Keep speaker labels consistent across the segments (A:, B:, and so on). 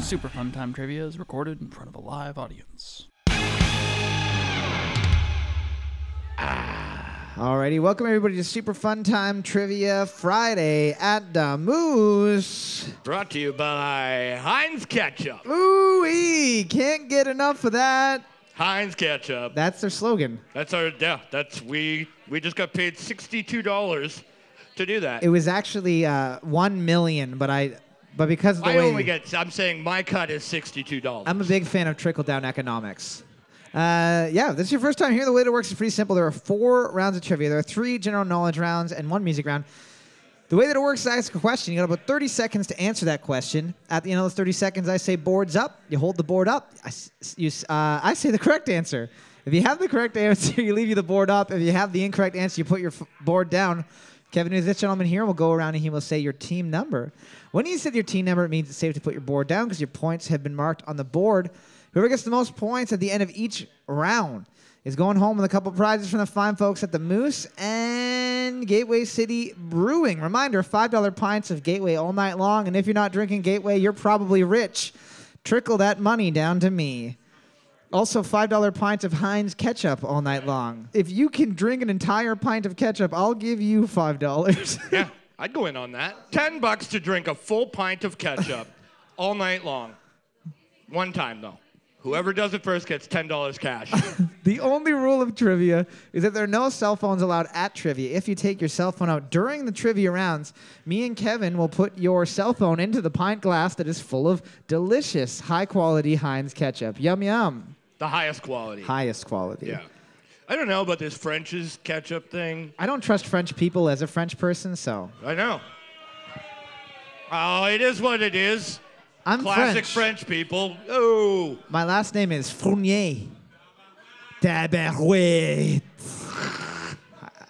A: Super Fun Time Trivia is recorded in front of a live audience.
B: Alrighty, welcome everybody to Super Fun Time Trivia Friday at the Moose.
C: Brought to you by Heinz Ketchup.
B: Ooh, can't get enough of that.
C: Heinz Ketchup.
B: That's their slogan.
C: That's our yeah. That's we we just got paid sixty-two dollars to do that.
B: It was actually uh, one million, but I, but because of the
C: I
B: way
C: only get. I'm saying my cut is sixty-two dollars.
B: I'm a big fan of trickle down economics. Uh, yeah, if this is your first time here. The way it works is pretty simple. There are four rounds of trivia. There are three general knowledge rounds and one music round. The way that it works is I ask a question. You got about 30 seconds to answer that question. At the end of those 30 seconds, I say boards up. You hold the board up. I, s- s- you, s- uh, I say the correct answer. If you have the correct answer, you leave you the board up. If you have the incorrect answer, you put your f- board down. Kevin, is this gentleman here, will go around and he will say your team number. When you said your team number, it means it's safe to put your board down because your points have been marked on the board. Whoever gets the most points at the end of each round is going home with a couple prizes from the fine folks at the Moose and Gateway City Brewing. Reminder $5 pints of Gateway all night long. And if you're not drinking Gateway, you're probably rich. Trickle that money down to me. Also, $5 pints of Heinz ketchup all night long. If you can drink an entire pint of ketchup, I'll give you $5.
C: yeah, I'd go in on that. Ten bucks to drink a full pint of ketchup all night long. One time though. Whoever does it first gets ten dollars cash.
B: The only rule of trivia is that there are no cell phones allowed at trivia. If you take your cell phone out during the trivia rounds, me and Kevin will put your cell phone into the pint glass that is full of delicious, high quality Heinz ketchup. Yum, yum.
C: the highest quality.
B: Highest quality.
C: Yeah. I don't know about this French's ketchup thing.
B: I don't trust French people as a French person, so
C: I know. Oh, it is what it is.
B: I'm
C: Classic French, people. Oh,
B: My last name is Fournier. Tabarouette.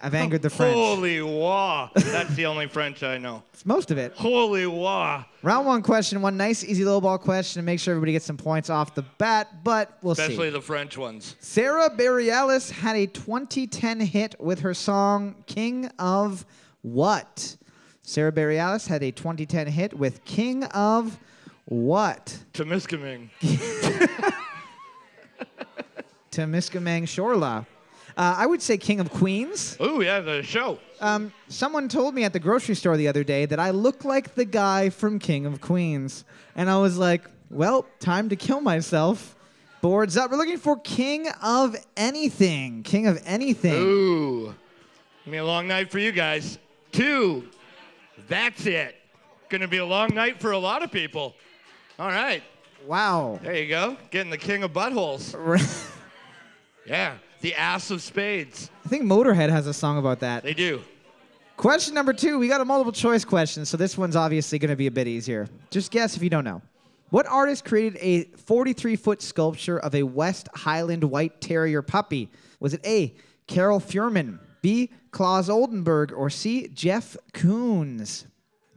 B: I've angered the French.
C: holy wah. That's the only French I know.
B: It's most of it.
C: Holy wah.
B: Round one question, one nice, easy low ball question to make sure everybody gets some points off the bat, but we'll
C: Especially
B: see.
C: the French ones.
B: Sarah Bareilles had a 2010 hit with her song King of What? Sarah Bareilles had a 2010 hit with King of What?
C: Temiskaming.
B: Temiskaming Shorla. Uh, I would say King of Queens.
C: Oh, yeah, the show.
B: Um, someone told me at the grocery store the other day that I look like the guy from King of Queens. And I was like, well, time to kill myself. Boards up. We're looking for King of Anything. King of Anything.
C: Ooh. Gonna be a long night for you guys. Two. That's it. Gonna be a long night for a lot of people. All right.
B: Wow.
C: There you go. Getting the king of buttholes.
B: I
C: Yeah. The ass of spades.
B: think Motorhead has a song about that.
C: They do.
B: Question number two. We got a multiple choice question, so this one's obviously going to be a bit easier. Just guess if you don't know. What artist created a 43 foot sculpture of a West Highland White Terrier puppy? Was it A, Carol Fuhrman, B, Klaus Oldenburg, or C, Jeff Koons?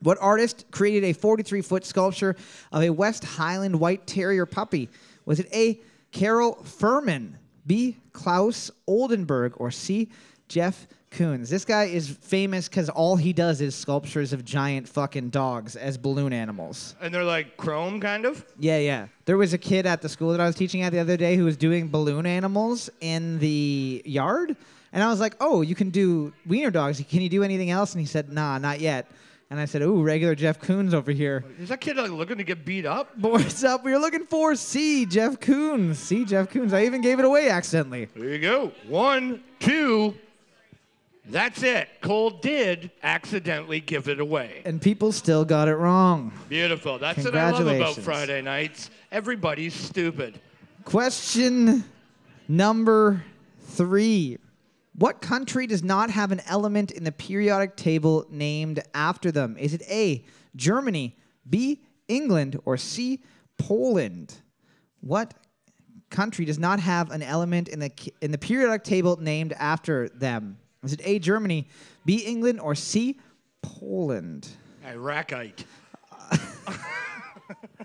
B: What artist created a 43 foot sculpture of a West Highland White Terrier puppy? Was it A, Carol Furman, B, Klaus Oldenburg, or C, Jeff Koons? This guy is famous because all he does is sculptures of giant fucking dogs as balloon animals.
C: And they're like chrome, kind of.
B: Yeah, yeah. There was a kid at the school that I was teaching at the other day who was doing balloon animals in the yard. And I was like, oh, you can do wiener dogs. Can you do anything else? And he said, nah, not yet. And I said, ooh, regular Jeff Koons over here.
C: Is that kid like looking to get beat up?
B: Boards up. We were looking for C, Jeff Koons. C, Jeff Koons. I even gave it away accidentally.
C: There you go. One, two. That's it. Cole did accidentally give it away.
B: And people still got it wrong.
C: Beautiful. That's what I love about
B: Congratulations.
C: Friday nights. Everybody's stupid.
B: Question number three. What country does not have an element in the periodic table named after them? Is it A, Germany, B, England, or C, Poland? What country does not have an element in the, in the periodic table named after them? Is it A, Germany, B, England, or C, Poland?
C: Iraqite.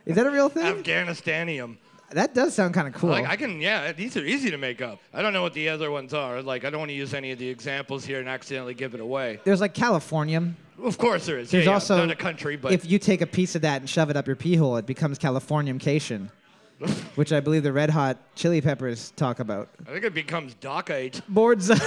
B: Is that a real thing?
C: Afghanistanium.
B: That does sound kind of cool.
C: Like I can, yeah. These are easy to make up. I don't know what the other ones are. Like I don't want to use any of the examples here and accidentally give it away.
B: There's like Californium.
C: Of course there is.
B: There's
C: yeah, yeah.
B: also
C: not a country, but
B: if you take a piece of that and shove it up your pee hole, it becomes Californiumcation, which I believe the Red Hot Chili Peppers talk about.
C: I think it becomes dockite.
B: Boards up.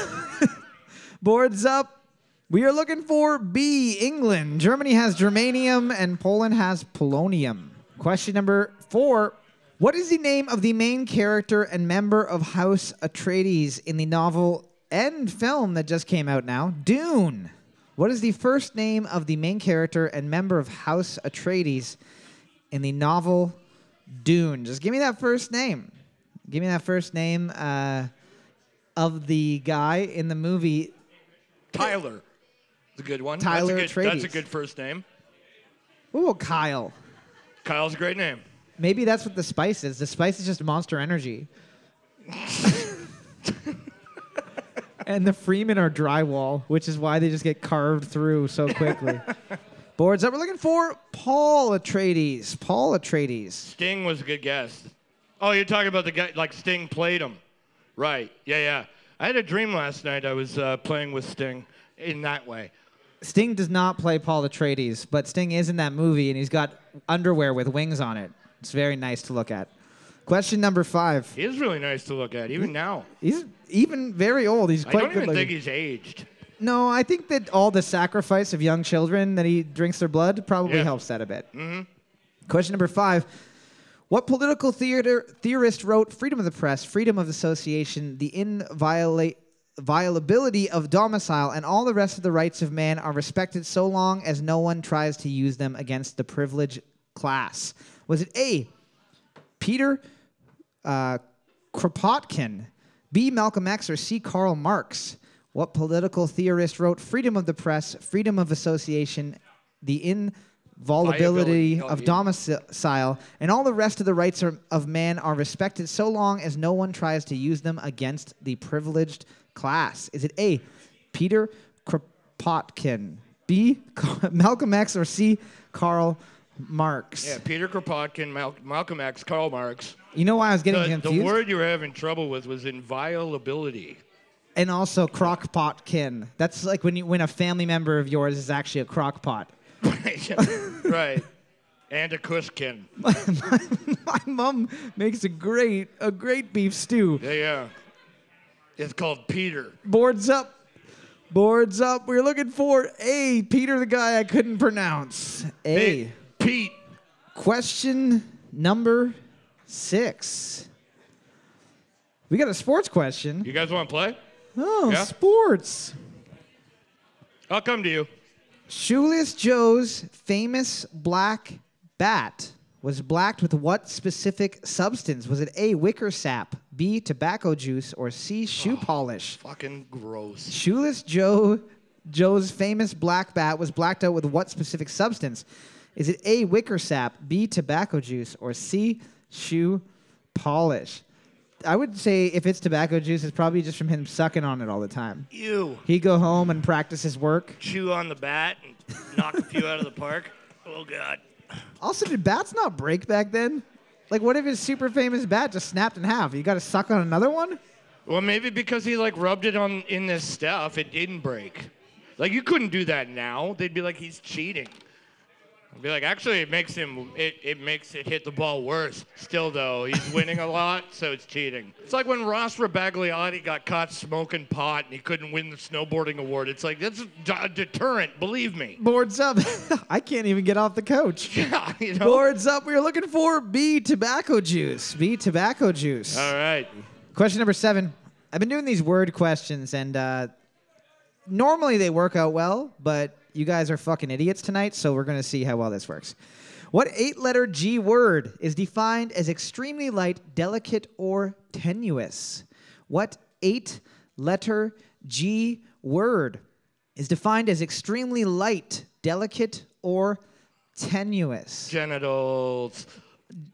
B: Boards up. We are looking for B, England. Germany has germanium and Poland has polonium. Question number four. What is the name of the main character and member of House Atreides in the novel and film that just came out now, Dune? What is the first name of the main character and member of House Atreides in the novel Dune? Just give me that first name. Give me that first name. Uh, of the guy in the movie.
C: Tyler. It's a good one.
B: Tyler
C: that's a good, that's a
B: Atreides.
C: good first name.
B: What about Kyle?
C: Kyle's a great name.
B: Maybe that's what the spice is. The spice is just monster energy. and the Freemen are drywall, which is why they just get carved through so quickly. Boards up. We're looking for Paul Atreides. Paul Atreides.
C: Sting was a good guess. Oh, you're talking about the guy like Sting played him. Right. Yeah, yeah. I had a dream last night. I was uh, playing with Sting in that way.
B: Sting does not play Paul Atreides, but Sting is in that movie, and he's got underwear with wings on it. It's very nice to look at. Question number five.
C: He is really nice to look at, even now.
B: He's even very old. He's
C: I
B: quite
C: don't
B: good
C: even
B: looking.
C: think he's aged.
B: no, I think that all the sacrifice of young children that he drinks their blood probably
C: Yeah.
B: helps that a bit. Mm-hmm. Question number five. What political theater theorist wrote Freedom of the Press, Freedom of Association, the inviolate violability of domicile and all the rest of the rights of man are respected so long as no one tries to use them against the privileged class was it a peter uh, Kropotkin, B. Malcolm X, or C. Karl Marx? What political theorist wrote Freedom of the Press, Freedom of Association, the inviolability
C: Viability. Oh,
B: of
C: yeah.
B: domicile, and all the rest of the rights are, of man are respected so long as no one tries to use them against the privileged class? Is it A. Peter Kropotkin, B. Malcolm X, or C. Karl Marx?
C: Yeah, Peter Kropotkin, Mal- Malcolm X, Karl Marx.
B: You know why I was getting
C: The,
B: confused?
C: the word you were having trouble with was inviolability.
B: and also crockpotkin. That's like when you when a family member of yours is actually a crockpot.
C: right. And a Kuskin.
B: My mom makes a great a great beef stew.
C: Yeah, yeah. It's called Peter.
B: Boards up. Boards up. We're looking for A, Peter the guy I couldn't pronounce. A.
C: Hey, Pete.
B: Question number 6. We got a sports question.
C: You guys want to play?
B: Oh,
C: Yeah.
B: sports.
C: I'll come to you.
B: Shoeless Joe's famous black bat was blacked with what specific substance? Was it A, wicker sap, B, tobacco juice, or C, shoe polish?
C: Fucking gross.
B: Shoeless Joe Joe's famous black bat was blacked out with what specific substance? Is it A, wicker sap, B, tobacco juice, or C, shoe polish? I would say if it's tobacco juice, it's probably just from him sucking on it all the time.
C: You
B: He'd go home and practice his work.
C: chew on the bat and knock a few out of the park. Oh God.
B: Also, did bats not break back then? Like, what if his super famous bat just snapped in half? You got to suck on another one?
C: Well, maybe because he like rubbed it on in this stuff, it didn't break. Like you couldn't do that now. They'd be like, he's cheating. I'd be like, actually, it makes him. It, it makes it hit the ball worse. Still though, he's winning a lot, so it's cheating. It's like when Ross Rabagliotti got caught smoking pot and he couldn't win the snowboarding award. It's like that's a d- a deterrent. Believe me.
B: Boards up. I can't even get off the couch.
C: Yeah, you know.
B: Boards up. We are looking for B, tobacco juice. B, tobacco juice.
C: All right.
B: Question number seven. I've been doing these word questions, and uh, normally they work out well, but you guys are fucking idiots tonight, so we're going to see how well this works. What eight letter G word is defined as extremely light, delicate, or tenuous? What eight letter G word is defined as extremely light, delicate, or tenuous?
C: Genitals.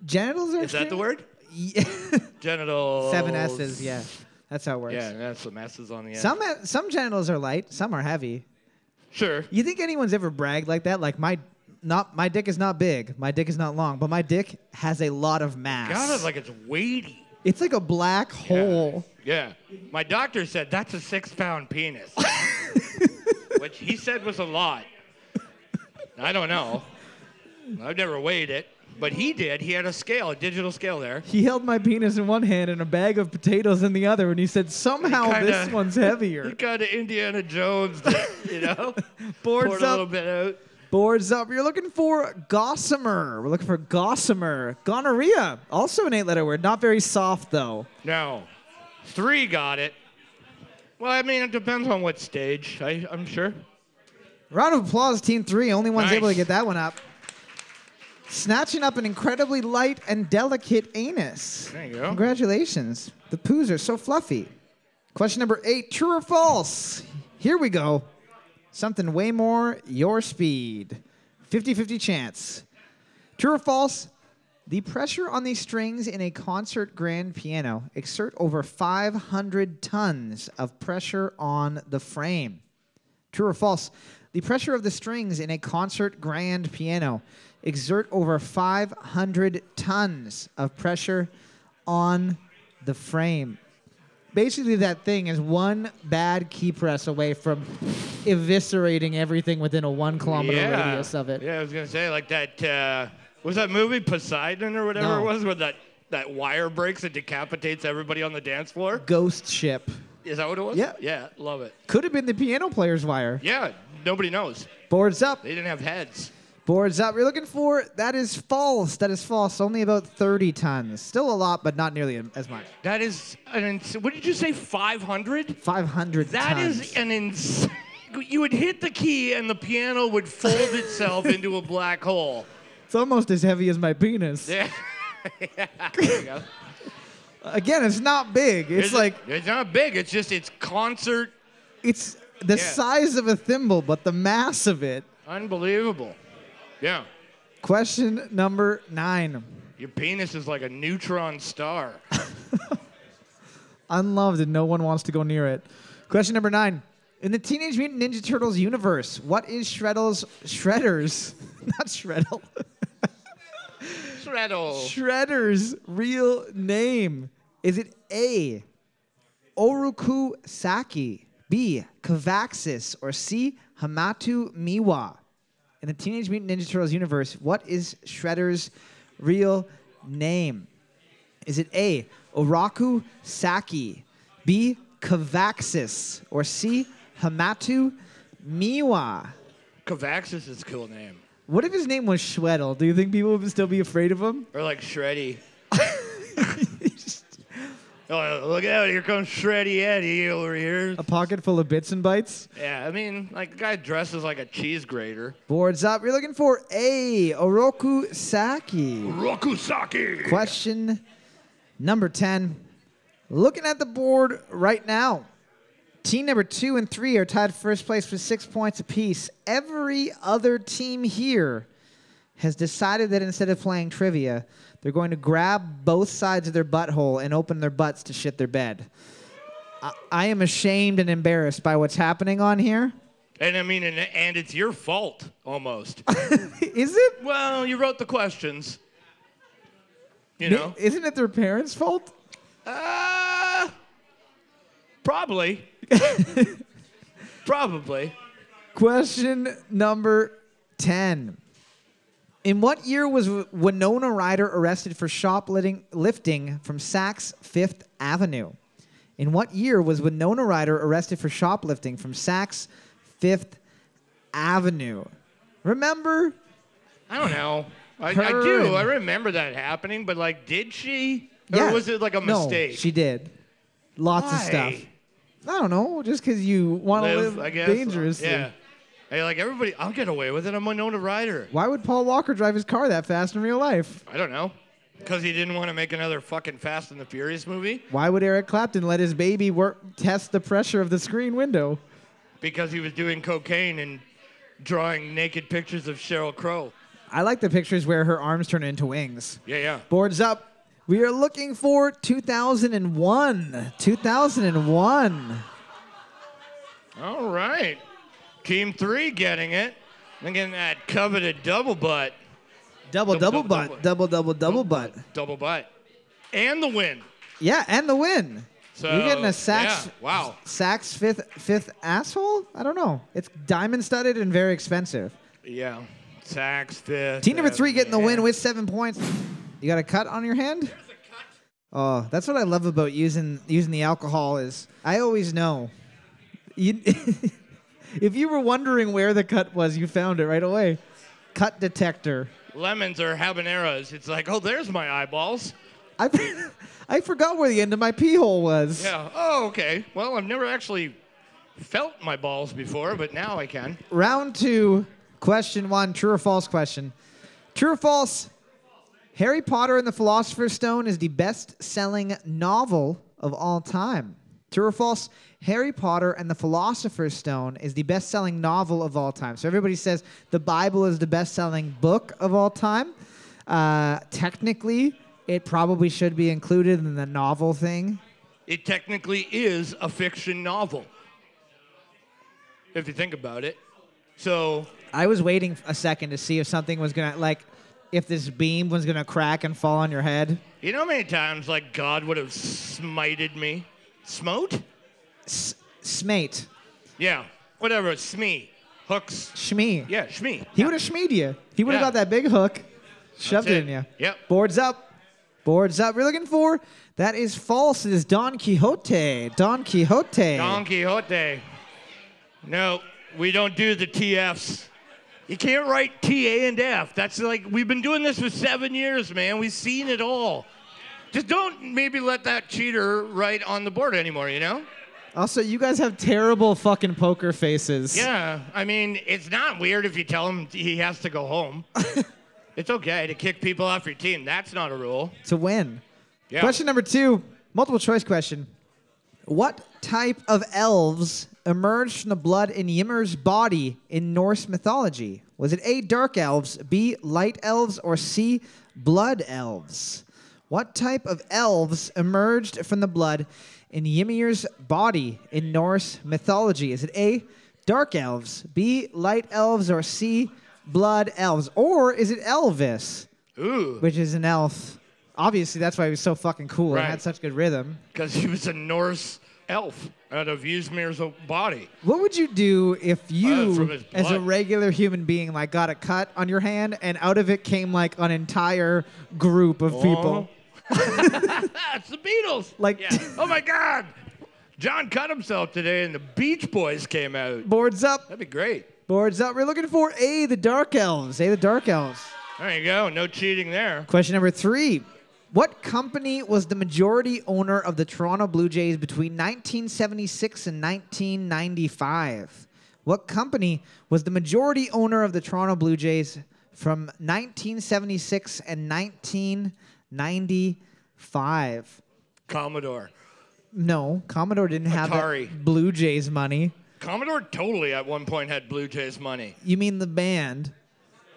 B: Genitals are.
C: Is that the
B: extremely-
C: word?
B: Yeah.
C: Genitals.
B: Seven S's, yeah. That's how it works.
C: Yeah, that's some S's on the end.
B: Some uh, some genitals are light, some are heavy.
C: Sure.
B: You think anyone's ever bragged like that? Like my not my dick is not big, my dick is not long, but my dick has a lot of mass.
C: God, it's like it's weighty.
B: it's like a black hole.
C: Yeah. My doctor said that's a six pound penis, which he said was a lot. I don't know. I've never weighed it, but he did. He had a scale, a digital scale there.
B: He held my penis in one hand and a bag of potatoes in the other, and he said, somehow this
C: Kinda-
B: one's
C: He
B: heavier.
C: kind of Indiana Jones, you know. Poured
B: Boards
C: a little
B: up,
C: bit out.
B: boards up. You're looking for gossamer. We're looking for gossamer. Gonorrhea, also an eight letter word. Not very soft, though.
C: No, three got it. Well, I mean, it depends on what stage. I, I'm sure.
B: Round of applause, Team Three. Only one's
C: Nice.
B: able to get that one up. Snatching up an incredibly light and delicate anus.
C: There you go.
B: Congratulations. The poos are so fluffy. Question number eight true or false? Here we go. Something way more your speed. 50 50 chance. True or false? The pressure on the strings in a concert grand piano exert over 500 tons of pressure on the frame. True or false? The pressure of the strings in a concert grand piano exert over 500 tons of pressure on the frame. Basically, that thing is one bad key press away from eviscerating everything within a one kilometer
C: yeah.
B: radius of it.
C: Yeah, I was gonna say like that. Uh, was that movie Poseidon or whatever
B: No.
C: it was, where that that wire breaks and decapitates everybody on the dance floor?
B: Ghost ship.
C: Is that what it was?
B: Yeah.
C: Yeah, love it.
B: Could have been the piano player's wire.
C: Yeah, nobody knows.
B: Boards up.
C: They didn't have heads.
B: Boards up. You're looking for that is false. That is false. Only about 30 tons. Still a lot, but not nearly as much.
C: That is an ins- what did you say 500?
B: 500
C: That
B: tons.
C: is an insane you would hit the key and the piano would fold itself into a black hole.
B: It's almost as heavy as my penis.
C: Yeah. There you go.
B: Again, it's not big. It's like
C: it's not big. It's just it's concert
B: it's the
C: Yeah.
B: size of a thimble, but the mass of it.
C: unbelievable. Yeah.
B: Question number 9.
C: Your penis is like a neutron star.
B: unloved and no one wants to go near it. Question number nine. In the Teenage Mutant Ninja Turtles universe, what is Shredder's Shredder's not Shreddle
C: Shreddle.
B: Shredder's real name? Is it A Oruku Saki, B Kavaxis, or C Hamatu Miwa? In the Teenage Mutant Ninja Turtles universe, what is Shredder's real name? Is it A, Oraku Saki, B, Kavaxis, or C, Hamatu Miwa?
C: Kavaxis is a cool name.
B: What if his name was Shweddle? Do you think people would still be afraid of him?
C: Or like Shreddy. oh, look out. Here comes Shreddy Eddie over here.
B: A pocket full of bits and bites?
C: Yeah, I mean, like, the guy dresses like a cheese grater.
B: Boards up. You're looking for A, Oroku Saki.
C: Rokusaki!
B: Question number 10. Looking at the board right now, team number two and three are tied first place with six points apiece. Every other team here has decided that instead of playing trivia, they're going to grab both sides of their butthole and open their butts to shit their bed. I, I am ashamed and embarrassed by what's happening on here.
C: And I mean, and, and it's your fault, almost.
B: Is it?
C: well, you wrote the questions. You know?
B: Isn't it their parents' fault?
C: Uh, probably. probably.
B: Question number 10. In what year was Winona Ryder arrested for shoplifting lifting from Saks Fifth Avenue? In what year was Winona Ryder arrested for shoplifting from Saks Fifth Avenue? Remember?
C: I don't know. I, I
B: Her
C: do.
B: and-
C: I remember that happening, but, like, did she? Or was it like a
B: No,
C: mistake?
B: she did. Lots of stuff.
C: Why?
B: I don't know. Just because you want to live,
C: Live, I guess.
B: dangerously.
C: Yeah. Hey, like, everybody, I'll get away with it. I'm Winona Ryder.
B: Why would Paul Walker drive his car that fast in real life?
C: I don't know. Because he didn't want to make another fucking Fast and the Furious movie?
B: Why would Eric Clapton let his baby work test the pressure of the screen window?
C: Because he was doing cocaine and drawing naked pictures of Cheryl Crow.
B: I like the pictures where her arms turn into wings.
C: Yeah, yeah.
B: Boards up. We are looking for 2001. 2001.
C: All right. Team three getting it. And getting that coveted double butt.
B: Double, double,
C: Double, double,
B: butt. Double, double, double, butt.
C: Double butt. And the win.
B: Yeah, and the win.
C: So
B: You're getting a Saks,
C: yeah, wow.
B: Saks fifth, fifth asshole? I don't know. It's diamond studded and very expensive.
C: Yeah. Sacks, fifth.
B: Team number
C: uh,
B: three getting the win
C: yeah.
B: with seven points. You got a cut on your hand? Oh, that's what I love about using using the alcohol is I always know. You, if you were wondering where the cut was, you found it right away. Cut detector.
C: Lemons or habaneros. It's like, oh, there's my eyeballs.
B: I, I forgot where the end of my pee hole was.
C: Yeah. Oh, okay. Well, I've never actually felt my balls before, but now I can.
B: Round two, question one, true or false question. True or false? Harry Potter and the Philosopher's Stone is the best selling novel of all time. True or false? Harry Potter and the Philosopher's Stone is the best selling novel of all time. So everybody says the Bible is the best selling book of all time. Uh, technically, it probably should be included in the novel thing.
C: It technically is a fiction novel, if you think about it. So,
B: I was waiting a second to see if something was gonna like if this beam was gonna crack and fall on your head.
C: you know how many times, like, God would have smited me? Smote?
B: S- smate.
C: Yeah. Whatever. Smee. Hooks.
B: Shmee.
C: Yeah, shmee.
B: He would have shmeed you. He would have
C: Yeah.
B: got that big hook, shoved
C: That's
B: it in
C: it.
B: you.
C: Yep.
B: Boards up. Boards up. We're looking for that is false. It is Don Quixote. Don Quixote.
C: Don Quixote. No, we don't do the TFs. You can't write TA and F. That's like, we've been doing this for seven years, man. We've seen it all. Just don't maybe let that cheater write on the board anymore, you know?
B: also, you guys have terrible fucking poker faces.
C: Yeah, I mean, it's not weird if you tell him he has to go home. it's okay to kick people off your team. That's not a rule.
B: To win.
C: Yeah.
B: Question number two, multiple choice question. What type of elves emerged from the blood in Ymir's body in Norse mythology? Was it A, dark elves, B, light elves, or C, blood elves? What type of elves emerged from the blood in Ymir's body in Norse mythology? Is it A, dark elves, B, light elves, or C, blood elves? Or is it Elvis?
C: Ooh,
B: which is an elf. Obviously, that's why he was so fucking cool and
C: Right.
B: had such good rhythm.
C: because he was a Norse elf out of Ysmir's body.
B: What would you do if
C: Uh, from
B: you,
C: his
B: as a
C: blood.
B: regular human being, like got a cut on your hand and out of it came like an entire group of
C: Oh.
B: people?
C: That's Uh-huh. the Beatles.
B: Like-
C: Yeah. oh my God, John cut himself today, and the Beach Boys came out.
B: Boards up,
C: That'd be great.
B: boards up. We're looking for A, the dark elves. A, the dark elves.
C: There you go. No cheating there.
B: Question number three. What company was the majority owner of the Toronto Blue Jays between 1976 and 1995? What company was the majority owner of the Toronto Blue Jays from 1976 and 1995?
C: Commodore.
B: No, Commodore didn't have that
C: Atari.
B: Blue Jays money.
C: Commodore totally at one point had Blue Jays money.
B: You mean the band?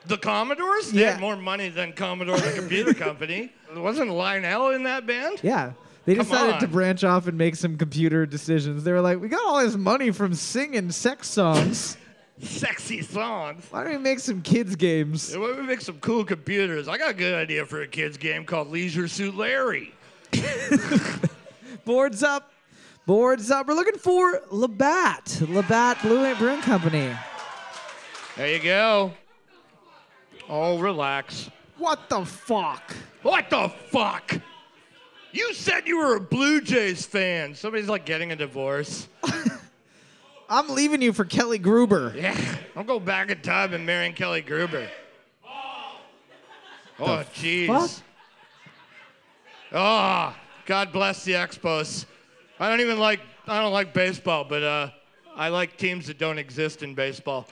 C: The Commodores? They
B: Yeah.
C: had more money than Commodore the computer company. Wasn't Lionel in that band?
B: Yeah. They
C: Come
B: decided to
C: on.
B: branch off and make some computer decisions. They were like, we got all this money from singing sex songs.
C: Sexy songs.
B: Why don't we make some kids games?
C: Why don't we make some cool computers? I got a good idea for a kid's game called Leisure Suit Larry.
B: Boards up, boards up. We're looking for Labatt, Labatt Blue Ant Brewing Company.
C: There you go. Oh, relax.
B: What the fuck?
C: What the fuck? You said you were a Blue Jays fan. Somebody's like getting a divorce.
B: I'm leaving you for Kelly Gruber.
C: Yeah, I'll go back in time and marrying Kelly Gruber. Oh,
B: fuck?
C: jeez. Ah, God bless the Expos. I don't even like I don't like baseball, but uh, I like teams that don't exist in baseball.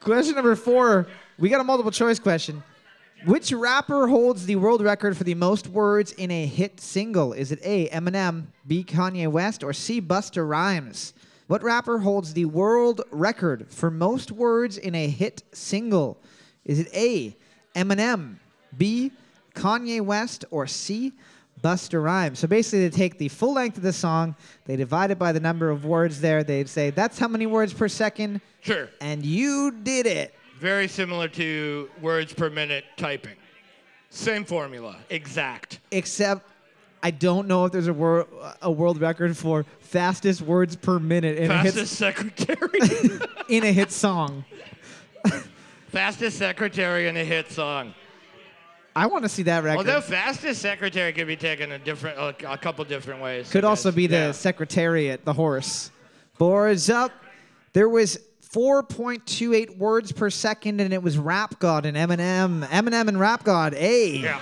B: Question number four. We got a multiple choice question. Which rapper holds the world record for the most words in a hit single? Is it A, Eminem, B, Kanye West, or C, Busta Rhymes? What rapper holds the world record for most words in a hit single? Is it A, Eminem, B, Kanye West, or C, Busta Rhymes? So basically, they take the full length of the song, they divide it by the number of words there, they say that's how many words per second,
C: Sure.
B: and you did it.
C: Very similar to words per minute typing. Same formula. Exact.
B: Except, I don't know if there's a, wor- a world record for fastest words per minute in a hit
C: Fastest secretary.
B: in a hit song.
C: Fastest secretary in a hit song.
B: I want to see that record.
C: Although fastest secretary could be taken a different, a, a couple different ways.
B: Could
C: I
B: also
C: guess.
B: be the
C: Yeah.
B: secretariat, the horse. Boards up. There was 4.28 words per second, and it was Rap God and Eminem. Eminem and Rap God. Hey.
C: Yeah.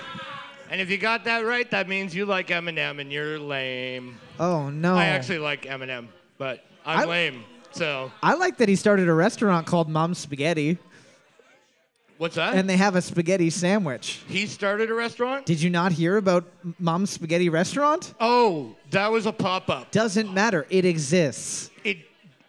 C: And if you got that right, that means you like Eminem and you're lame.
B: Oh no.
C: I actually like Eminem, but I'm
B: I-
C: lame. So
B: I like that he started a restaurant called Mom's Spaghetti,
C: what's that?
B: and they have a spaghetti sandwich.
C: he started a restaurant.
B: Did you not hear about M- Mom's Spaghetti Restaurant?
C: Oh, that was a pop up.
B: Doesn't matter. It exists.
C: It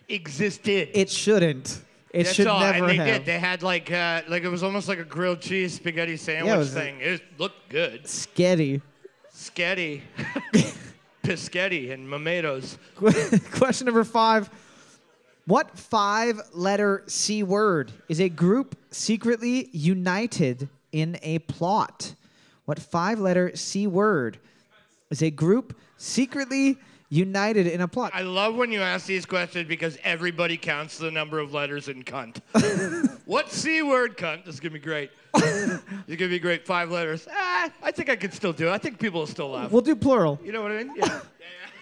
C: existed.
B: It shouldn't. It
C: That's
B: should
C: all.
B: never
C: and they
B: have.
C: did. They had like uh, like it was almost like a grilled cheese spaghetti sandwich
B: was a-
C: thing. It looked good.
B: Sketty.
C: Sketty. Piscetti and Mamatoes.
B: Question number five. What five letter C word is a group secretly united in a plot? What five letter C word is a group secretly united in a plot?
C: I love when you ask these questions because everybody counts the number of letters in cunt. what C word cunt? This is going to be great. It's going to be great. Five letters. Ah, I think I could still do it. I think people will still laugh.
B: we'll do plural.
C: you know what I mean? Yeah.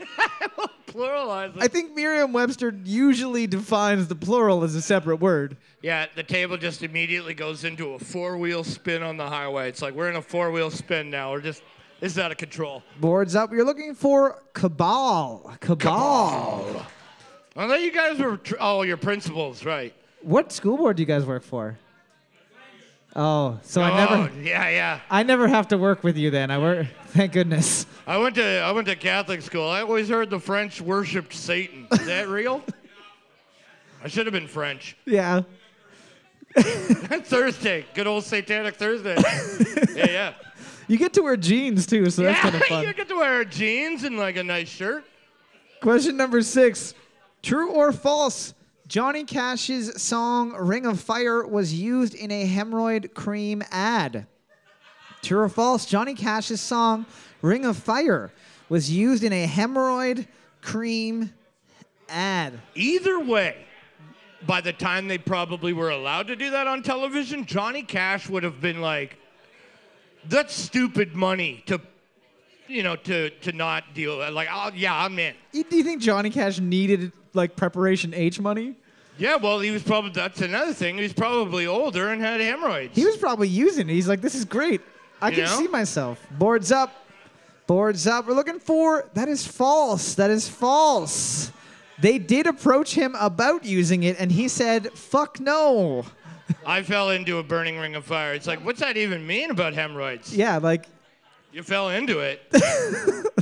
C: Yeah, yeah. Pluralize it.
B: I think Merriam Webster usually defines the plural as a separate word.
C: Yeah, the table just immediately goes into a four wheel spin on the highway. It's like we're in a four wheel spin now. We're just, this is out of control.
B: Boards up. You're looking for cabal. Cabal.
C: I thought you guys were, tr- oh, your principals, right.
B: What school board do you guys work for? Oh, so I never.
C: Oh, yeah, yeah.
B: I never have to work with you then. I work. Thank goodness.
C: I went to I went to Catholic school. I always heard the French worshipped Satan. Is that real? I should have been French.
B: Yeah.
C: Thursday, good old Satanic Thursday. yeah, yeah.
B: You get to wear jeans too, so that's
C: yeah,
B: kind of fun.
C: you get to wear jeans and like a nice shirt.
B: Question number six: True or false? Johnny Cash's song "Ring of Fire" was used in a hemorrhoid cream ad. True or false? Johnny Cash's song "Ring of Fire" was used in a hemorrhoid cream ad.
C: Either way, by the time they probably were allowed to do that on television, Johnny Cash would have been like, "That's stupid money to, you know, to to not deal like, oh yeah, I'm in."
B: Y- Do you think Johnny Cash needed like preparation H money?
C: Yeah, well, he was probably that's another thing. He was probably older and had hemorrhoids.
B: He was probably using it. He's like, this is great. I
C: You
B: can
C: know?
B: see myself. Boards up. Boards up. We're looking for. That is false. That is false. They did approach him about using it, and he said, fuck no.
C: I fell into a burning ring of fire. It's like, what's that even mean about hemorrhoids?
B: Yeah, like,
C: You fell into it.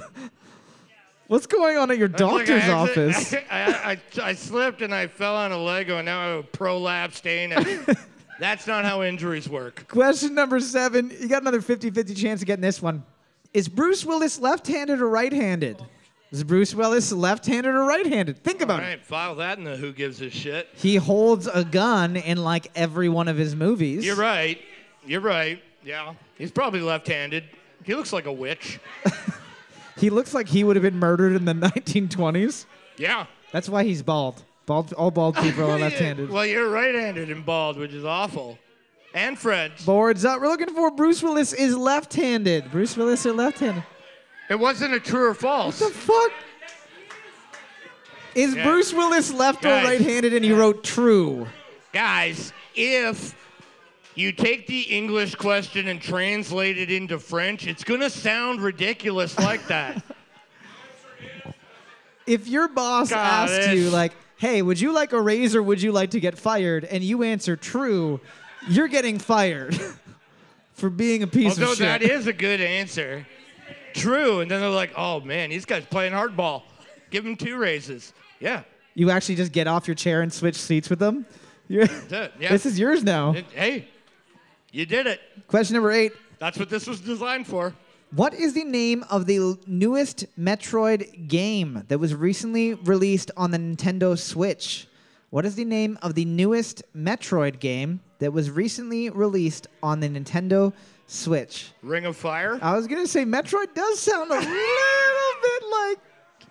B: what's going on at your
C: Like, I
B: doctor's
C: accident-
B: office?
C: I, I, I slipped and I fell on a Lego, and now I have a prolapsed anus. that's not how injuries work.
B: Question number seven. You got another 50 50 chance of getting this one. Is Bruce Willis left handed or right handed? Is Bruce Willis left handed or right handed? Think
C: All
B: about it.
C: right, file that in the who gives a shit.
B: He holds a gun in like every one of his movies.
C: You're right. You're right. Yeah. He's probably left-handed. He looks like a witch.
B: He looks like he would have been murdered in the 1920s.
C: Yeah.
B: That's why he's bald. Bald, all bald people are left-handed.
C: well, you're right-handed and bald, which is awful. And French.
B: Boards up. We're looking for Bruce Willis is left-handed. Bruce Willis is left-handed.
C: It wasn't a true or false.
B: The fuck? Is
C: Yeah.
B: Bruce Willis left
C: Guys.
B: or right-handed? And he wrote true.
C: Guys, if you take the English question and translate it into French, it's going to sound ridiculous like that.
B: If your boss
C: God,
B: asks
C: it's-
B: you like, "Hey, would you like a raise or would you like to get fired?" and you answer true, you're getting fired for being a piece
C: Although
B: of shit.
C: that is a good answer. True. And then they're like, oh, man, these guys playing hardball. Give them two raises. Yeah.
B: you actually just get off your chair and switch seats with them. You're-
C: That's it. Yeah.
B: This is yours now.
C: It- hey, you did it.
B: Question number eight.
C: That's what this was designed for.
B: What is the name of the l- newest Metroid game that was recently released on the Nintendo Switch? What is the name of the newest Metroid game that was recently released on the Nintendo Switch?
C: Ring of Fire,
B: I was going to say Metroid does sound a little bit like.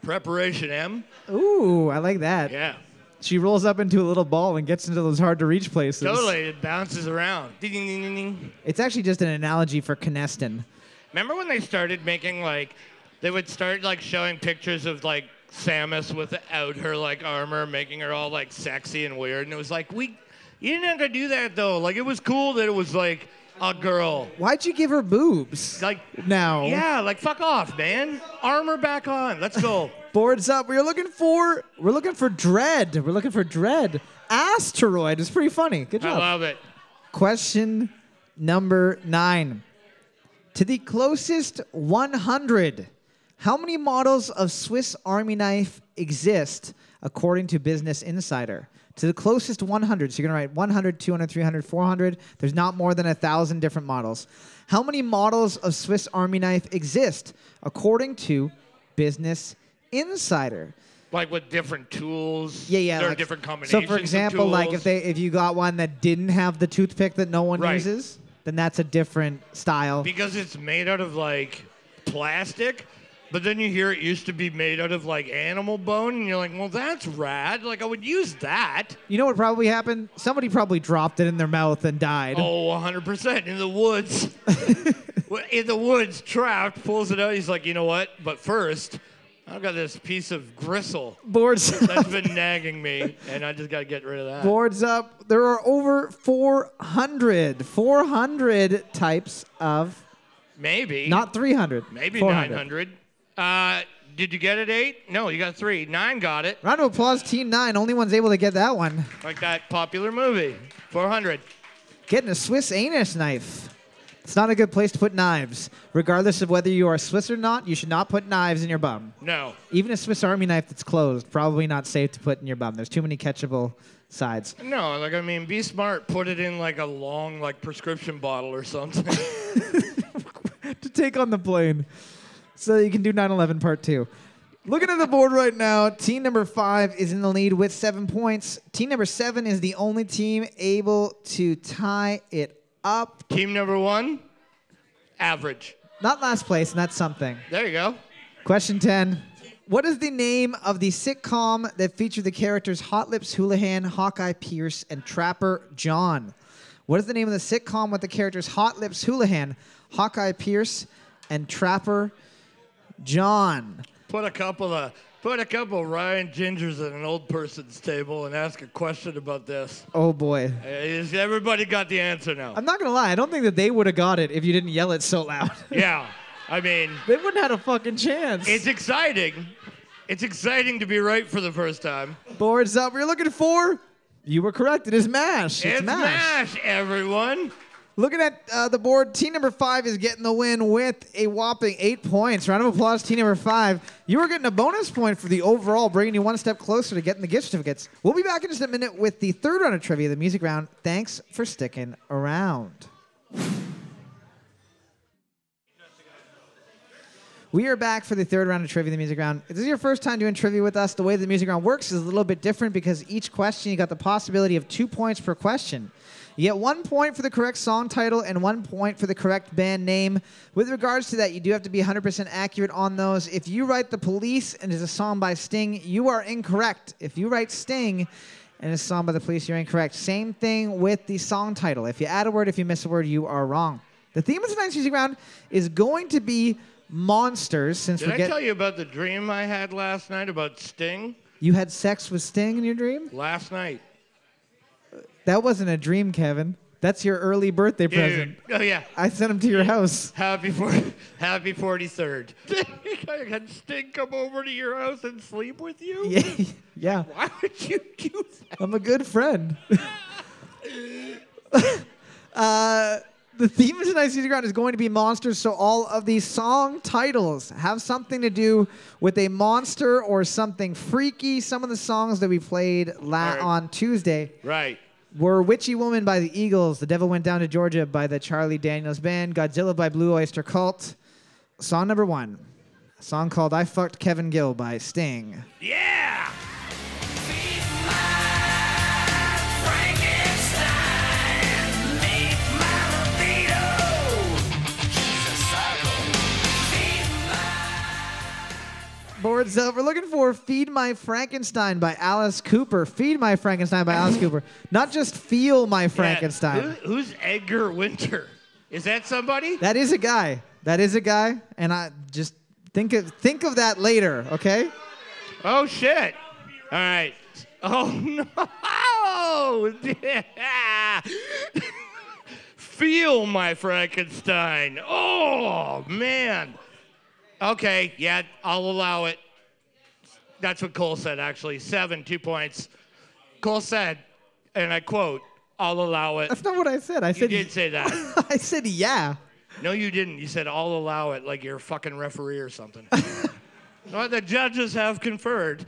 C: Preparation M.
B: Ooh, I like that.
C: Yeah.
B: She rolls up into a little ball and gets into those hard to reach places.
C: Totally, it bounces around. Ding, ding, ding, ding, ding.
B: It's actually just an analogy for Kinestin.
C: Remember when they started making like, they would start like showing pictures of like Samus without her like armor, making her all like sexy and weird, and it was like we, you didn't have to do that though. Like it was cool that it was like a girl.
B: Why'd you give her boobs?
C: Like
B: now.
C: Yeah, like fuck off, man. Armor back on. Let's go.
B: Boards up. We are looking for we're looking for dread. We're looking for dread. Asteroid is pretty funny. Good
C: I
B: job.
C: love it.
B: Question number nine. To the closest 100, how many models of Swiss Army knife exist according to Business Insider? To the closest 100, so you're going to write 100, 200, 300, 400. There's not more than a 1,000 different models. How many models of Swiss Army knife exist according to Business Insider?
C: Like with different tools.
B: Yeah, yeah.
C: There
B: like-
C: are different combinations.
B: So, for
C: of
B: example, like
C: tools.
B: if they if you got one that didn't have the toothpick that no one
C: Right.
B: uses, then that's a different style.
C: because it's made out of like plastic but then you hear it used to be made out of like animal bone and you're like well that's rad like i would use that
B: you know what probably happened? Somebody probably dropped it in their mouth and died.
C: oh 100% in the woods Well, in the woods trapped pulls it out he's like you know what but first i've got this piece of gristle
B: Boards
C: that's been nagging me and i just got to get rid of that
B: boards up. There are over 400 400 types of
C: maybe
B: not 300.
C: maybe
B: 400.
C: 900 uh, did you get it eight no you got three nine got it
B: Round of applause, Team Nine. Only one's able to get that one.
C: like that popular movie 400
B: Getting a Swiss Anish knife. It's not a good place to put knives. Regardless of whether you are Swiss or not, you should not put knives in your bum.
C: no
B: Even a Swiss Army knife that's closed, probably not safe to put in your bum. There's too many catchable sides.
C: No, like I mean, be smart. Put it in like a long, like prescription bottle or something.
B: to take on the plane. So you can do 9 11 part two. Looking at the board right now, team number five is in the lead with seven points. Team number seven is the only team able to tie it up.
C: Team number one, average.
B: Not last place, and that's something.
C: There you go.
B: Question 10. What is the name of the sitcom that featured the characters Hot Lips Houlihan, Hawkeye Pierce, and Trapper John? What is the name of the sitcom with the characters Hot Lips Houlihan, Hawkeye Pierce, and Trapper John?
C: Put a couple of put a couple Ryan Gingers at an old person's table and ask a question about this.
B: Oh boy.
C: Uh, Is everybody got the answer now?
B: I'm not gonna lie, I don't think that they would have got it if you didn't yell it so loud.
C: yeah. I mean,
B: they wouldn't have had a fucking chance.
C: it's exciting. It's exciting to be right for the first time.
B: Boards up. We're looking for. You were correct. It is MASH. It's,
C: It's MASH, everyone.
B: Looking at uh, the board, team number five is getting the win with a whopping eight points. Round of applause, team number five. You are getting a bonus point for the overall, bringing you one step closer to getting the gift certificates. We'll be back in just a minute with the third round of trivia, the music round. Thanks for sticking around. We are back for the third round of trivia, the music round. If this is your first time doing trivia with us, the way the music round works is a little bit different because each question you got the possibility of two points per question. You get one point for the correct song title and one point for the correct band name. With regards to that, you do have to be 100% accurate on those. If you write The Police and it's a song by Sting, you are incorrect. If you write Sting and it's a song by The Police, you're incorrect. Same thing with the song title. If you add a word, if you miss a word, you are wrong. The theme of tonight's music round is going to be monsters. Since
C: Did
B: we
C: I
B: get
C: tell you about the dream I had last night about Sting?
B: you had sex with Sting in your dream,
C: Last night.
B: that wasn't a dream, Kevin. That's your early birthday present.
C: Dude. Oh yeah.
B: I sent him to your house.
C: Happy for Happy 43rd. I had Sting come over to your house and sleep with you?
B: Yeah, yeah.
C: Why would you do that?
B: I'm a good friend. uh, the theme of tonight's music round is going to be monsters, so all of these song titles have something to do with a monster or something freaky. Some of the songs that we played la-
C: All right.
B: on Tuesday
C: Right.
B: were Witchy Woman by the Eagles, The Devil Went Down to Georgia by the Charlie Daniels Band, Godzilla by Blue Oyster Cult. Song number one, a song called I Fucked Kevin Gill by Sting.
C: Yeah.
B: word salad we're looking for Feed My Frankenstein by Alice Cooper. Feed My Frankenstein by Alice Cooper. Not just Feel My Frankenstein.
C: Who- who's Edgar Winter? Is that somebody?
B: That is a guy. That is a guy. And I just think of think of that later, okay?
C: Oh shit! All right. Oh no! Feel my Frankenstein. Oh man. Okay, yeah, I'll allow it. That's what Cole said, actually. Seven, two points. Cole said, and I quote, "I'll allow it."
B: That's not what I said. I
C: You
B: said
C: did say that.
B: I said yeah.
C: No, you didn't. You said I'll allow it, like you're a fucking referee or something. well, the judges have conferred.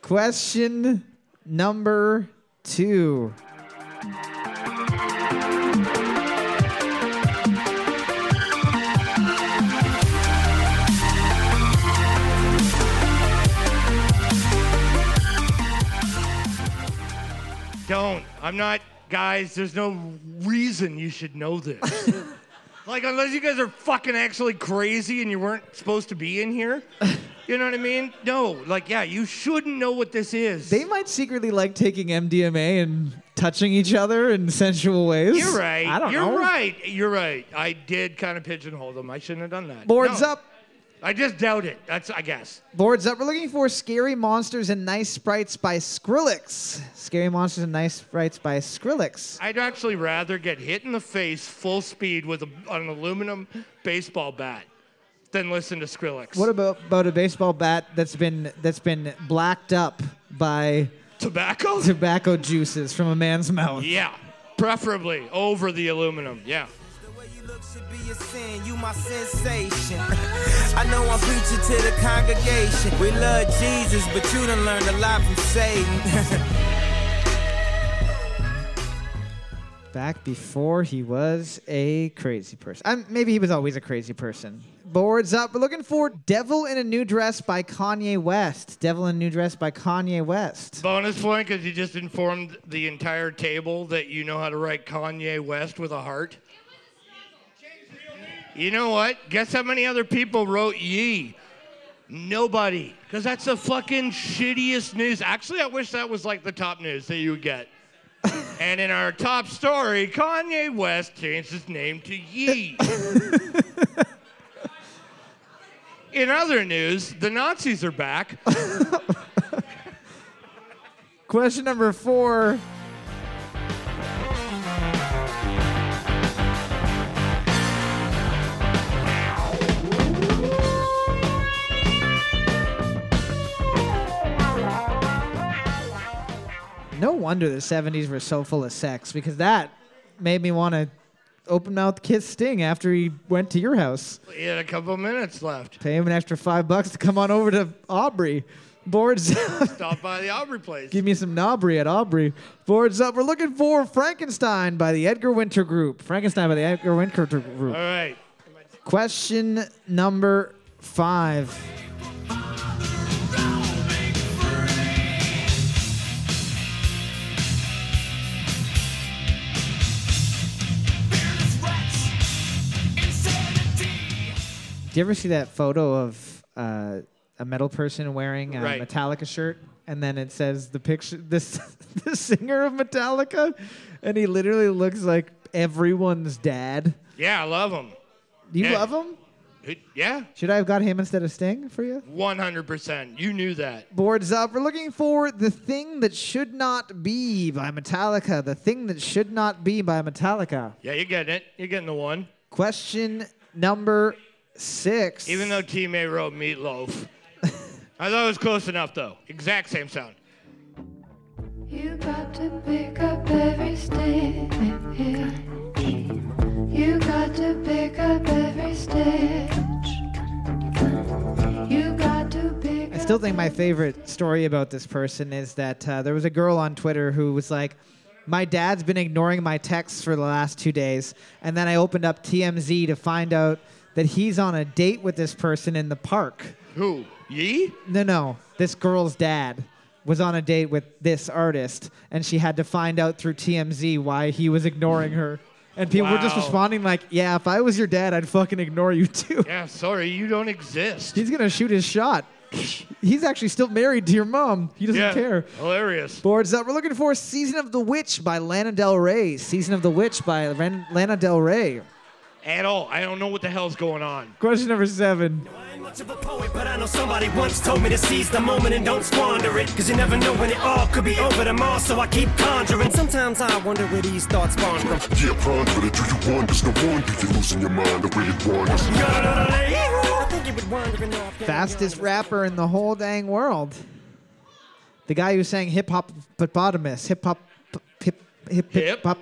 B: Question number 2.
C: Don't. I'm not. Guys, there's no reason you should know this. like, unless you guys are fucking actually crazy and you weren't supposed to be in here. You know what I mean? No. Like, yeah, you shouldn't know what this is.
B: They might secretly like taking MDMA and touching each other in sensual ways.
C: You're right.
B: I don't
C: You're
B: know.
C: right. You're right. I did kind of pigeonhole them. I shouldn't have done that.
B: Boards
C: No.
B: up.
C: I just doubt it. That's, I guess.
B: Boards up. We're looking for Scary Monsters and Nice Sprites by Skrillex. Scary Monsters and Nice Sprites by Skrillex.
C: I'd actually rather get hit in the face full speed with a, an aluminum baseball bat than listen to Skrillex.
B: What about, about a baseball bat that's been that's been blacked up by
C: tobacco?
B: tobacco juices from a man's mouth?
C: yeah, preferably over the aluminum. Yeah.
D: The way you look should be a sin. You my sensation. I know I'm preaching to the congregation. We love Jesus, but you done learned a lot from Satan.
B: Back before he was a crazy person. Um, maybe he was always a crazy person. Boards up. We're looking for "Devil in a New Dress" by Kanye West. "Devil in a New Dress" by Kanye West.
C: Bonus point because you just informed the entire table that you know how to write Kanye West with a heart. You know what? Guess how many other people wrote ye? Nobody. Because that's the fucking shittiest news. Actually, I wish that was like the top news that you would get. and in our top story, Kanye West changed his name to Ye. in other news, the Nazis are back.
B: Question number four. No wonder the 70s were so full of sex because that made me want to open mouth kiss Sting after he went to your house.
C: He had a couple minutes left.
B: Pay him an extra five bucks to come on over to Aubrey. Boards up.
C: Stop by the Aubrey place.
B: Give me some Nobry at Aubrey. Boards up. We're looking for Frankenstein by the Edgar Winter Group. Frankenstein by the Edgar Winter Group.
C: All right.
B: Question number five. Do you ever see that photo of uh, a metal person wearing a
C: Right.
B: Metallica shirt, and then it says the picture this the singer of Metallica, and he literally looks like everyone's dad.
C: Yeah, I love him.
B: Do you
C: Yeah.
B: love him?
C: It- yeah,
B: Should I have got him instead of Sting for you?
C: 100%. You knew that.
B: Boards up. We're looking for The Thing That Should Not Be by Metallica. The Thing That Should Not Be by Metallica.
C: Yeah, you're getting it. You're getting the one.
B: Question number six.
C: Even though teammate wrote meatloaf. I thought it was close enough, though. Exact same sound.
E: You got to pick up every step. You got to pick up every stitch. You got to pick
B: I still think my favorite story about this person is that uh, there was a girl on Twitter who was like, My dad's been ignoring my texts for the last two days. And then I opened up TMZ to find out that he's on a date with this person in the park.
C: Who? Ye?
B: No, no. This girl's dad was on a date with this artist, and she had to find out through TMZ why he was ignoring her. And people were just
C: Wow.
B: responding like, "Yeah, if I was your dad, I'd fucking ignore you too."
C: Yeah, sorry, you don't exist.
B: He's gonna shoot his shot. He's actually still married to your mom. He doesn't
C: yeah.
B: care.
C: Hilarious.
B: Boards up. We're looking for Season of the Witch by Lana Del Rey. Season of the Witch by Ren- Lana Del Rey.
C: At all. I don't know what the hell's going on.
B: Question number seven.
F: I ain't much of a poet, but I know somebody once told me to seize the moment and don't squander it. Cause you never know when it all could be over tomorrow, so I keep conjuring. Sometimes I wonder where these thoughts spawn from.
G: Yeah, ponder it. Do you wonder? No wonder you're losing your mind the way it wanders.
F: I think you've been wandering off.
B: Fastest rapper in the whole dang world. The guy who sang hip hop hippopotamus. Hip hop hip hip hip
C: Hip.
B: hop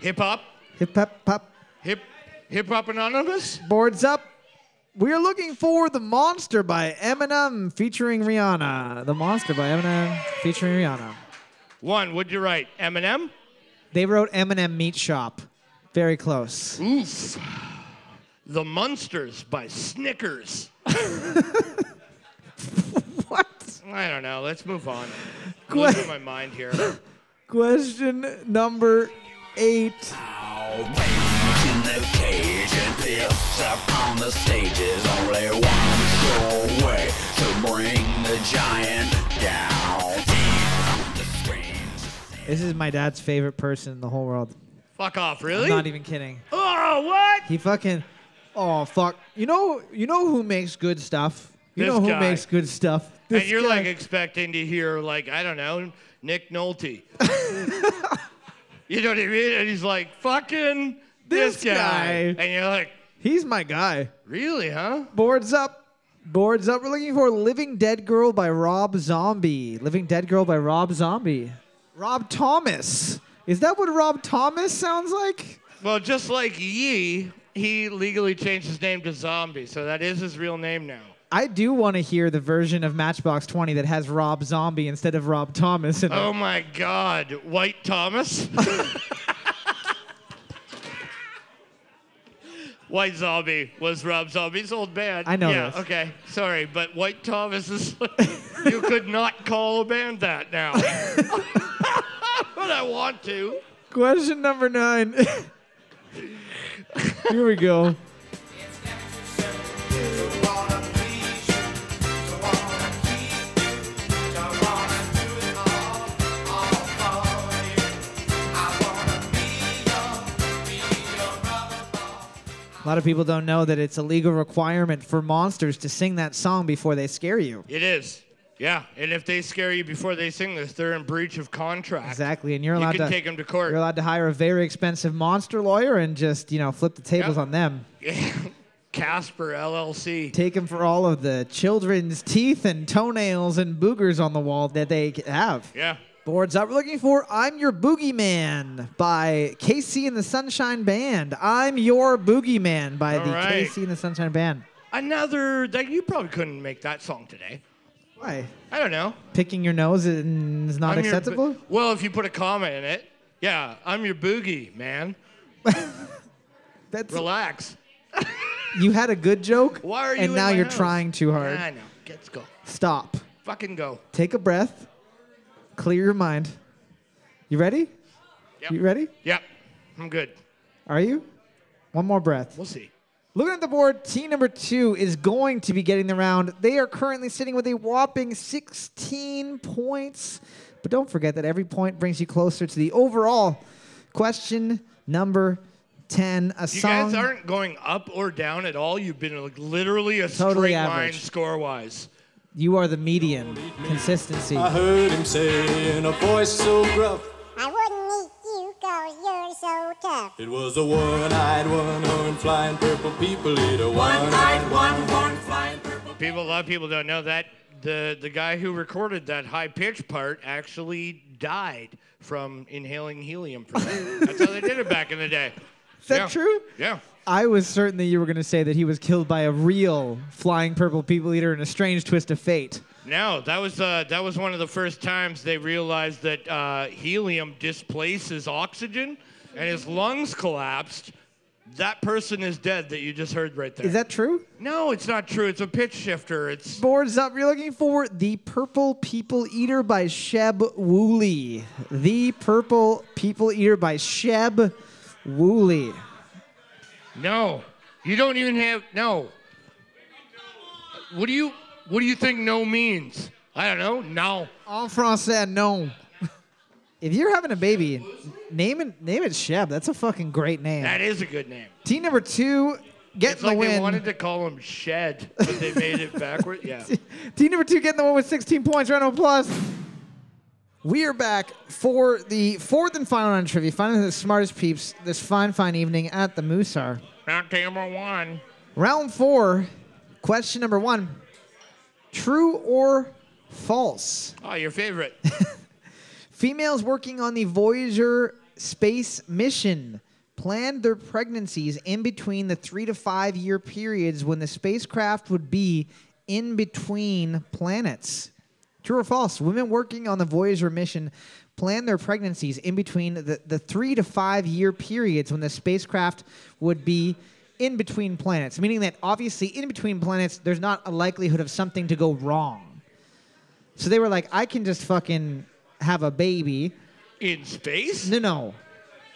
C: Hip hop.
B: hip hop pop.
C: Hip Hip Hop Anonymous?
B: Boards up. We are looking for The Monster by Eminem featuring Rihanna. The Monster by Eminem featuring Rihanna.
C: One, would you write? Eminem?
B: They wrote Eminem Meat Shop. Very close.
C: Oof. The Munsters by Snickers.
B: What?
C: I don't know. Let's move on. I'm losing my mind here.
B: Question number eight.
H: in the cage and pissed up on the stage is only one sure way to bring the giant down. The screams.
B: This is my dad's favorite person in the whole world.
C: Fuck off, really?
B: Not e- even kidding.
C: oh, what?
B: He fucking. Oh fuck. You know. You know who makes good stuff. You
C: This
B: know who
C: guy.
B: makes good stuff. This
C: and you're
B: guy.
C: like expecting to hear, like, I don't know, Nick Nolte. you know what I mean? And he's like, fucking this,
B: This
C: guy.
B: guy.
C: And you're like,
B: He's my guy.
C: really, huh?
B: Boards up. Boards up. We're looking for "Living Dead Girl" by Rob Zombie. "Living Dead Girl" by Rob Zombie. Rob Thomas. Is that what Rob Thomas sounds like?
C: Well, just like Yee, he legally changed his name to Zombie, so that is his real name now.
B: I do want to hear the version of Matchbox 20 that has Rob Zombie instead of Rob Thomas. In it.
C: Oh my God, White Thomas? White Zombie was Rob Zombie's old band.
B: I know
C: Yeah,
B: this.
C: okay. Sorry, but White Thomas is. you could not call a band that now. but I want to.
B: Question number nine. Here we go. A lot of people don't know that it's a legal requirement for monsters to sing that song before they scare you.
C: It is. Yeah, and if they scare you before they sing this, they're in breach of contract.
B: Exactly, and you're
C: You
B: allowed
C: can
B: to
C: take 'em to court.
B: You're allowed to hire a very expensive monster lawyer and just you know flip the tables
C: Yeah.
B: on them.
C: Casper LLC.
B: Take them for all of the children's teeth and toenails and boogers on the wall that they have.
C: Yeah.
B: Boards up. We're looking for "I'm Your Boogeyman" by KC and the Sunshine Band. "I'm Your Boogeyman" by
C: All
B: the
C: right.
B: KC and the Sunshine Band.
C: Another, like, you probably couldn't make that song today.
B: Why?
C: I don't know.
B: Picking your nose is not
C: I'm your bo-
B: acceptable.
C: well, if you put a comma in it, yeah, I'm your boogie, man.
B: That's
C: Relax.
B: you had a good joke.
C: Why are you?
B: And
C: in
B: now
C: my
B: you're
C: house?
B: trying too hard.
C: I know. Let's go.
B: Stop.
C: Fucking go.
B: Take a breath. Clear your mind. You ready?
C: Yep.
B: You ready?
C: Yep. I'm good.
B: Are you? One more breath.
C: We'll see.
B: Looking at the board, team number two is going to be getting the round. They are currently sitting with a whopping 16 points. But don't forget that every point brings you closer to the overall question number 10. A
C: You
B: song.
C: guys aren't going up or down at all. You've been like literally a
B: Totally
C: straight
B: average.
C: line score-wise.
B: you are the median. Consistency.
C: Uh-huh.
I: I heard him say in a voice so gruff,
J: I wouldn't meet you, cause you're so tough.
I: it was a one-eyed, one-horned, flying purple people eater. One-eyed, one-horned, flying purple.
C: People, a lot of people don't know that the the guy who recorded that high pitch part actually died from inhaling helium. From that. That's how they did it back in the day.
B: is that
C: Yeah.
B: true?
C: Yeah.
B: I was certain that you were going to say that he was killed by a real flying purple people eater in a strange twist of fate.
C: No, that was uh, that was one of the first times they realized that uh, helium displaces oxygen, and his lungs collapsed. That person is dead that you just heard right there.
B: Is that true?
C: no, it's not true. It's a pitch shifter. It's
B: Boards up. You're looking for The Purple People Eater by Sheb Wooley. The Purple People Eater by Sheb Wooley.
C: no. You don't even have no. What do you? What do you think no means? I don't know. No.
B: En français, no. If you're having a baby, name it name it Sheb. That's a fucking great name.
C: That is a good name.
B: Team number two, get
C: It's
B: in the
C: like they
B: win.
C: wanted to call him Shed, but they made it backward. Yeah.
B: Team number two getting the one with 16 points. Round of applause. We are back for the fourth and final round of trivia. Finally, the smartest peeps this fine, fine evening at the Moosar.
C: Round table one.
B: Round four, question number one True or false?
C: Oh, your favorite.
B: Females working on the Voyager space mission planned their pregnancies in between the three to five year periods when the spacecraft would be in between planets. True or false? Women working on the Voyager mission planned their pregnancies in between the, the three to five year periods when the spacecraft would be in between planets, meaning that obviously in between planets, there's not a likelihood of something to go wrong. So they were like, I can just fucking have a baby.
C: In space?
B: No, no.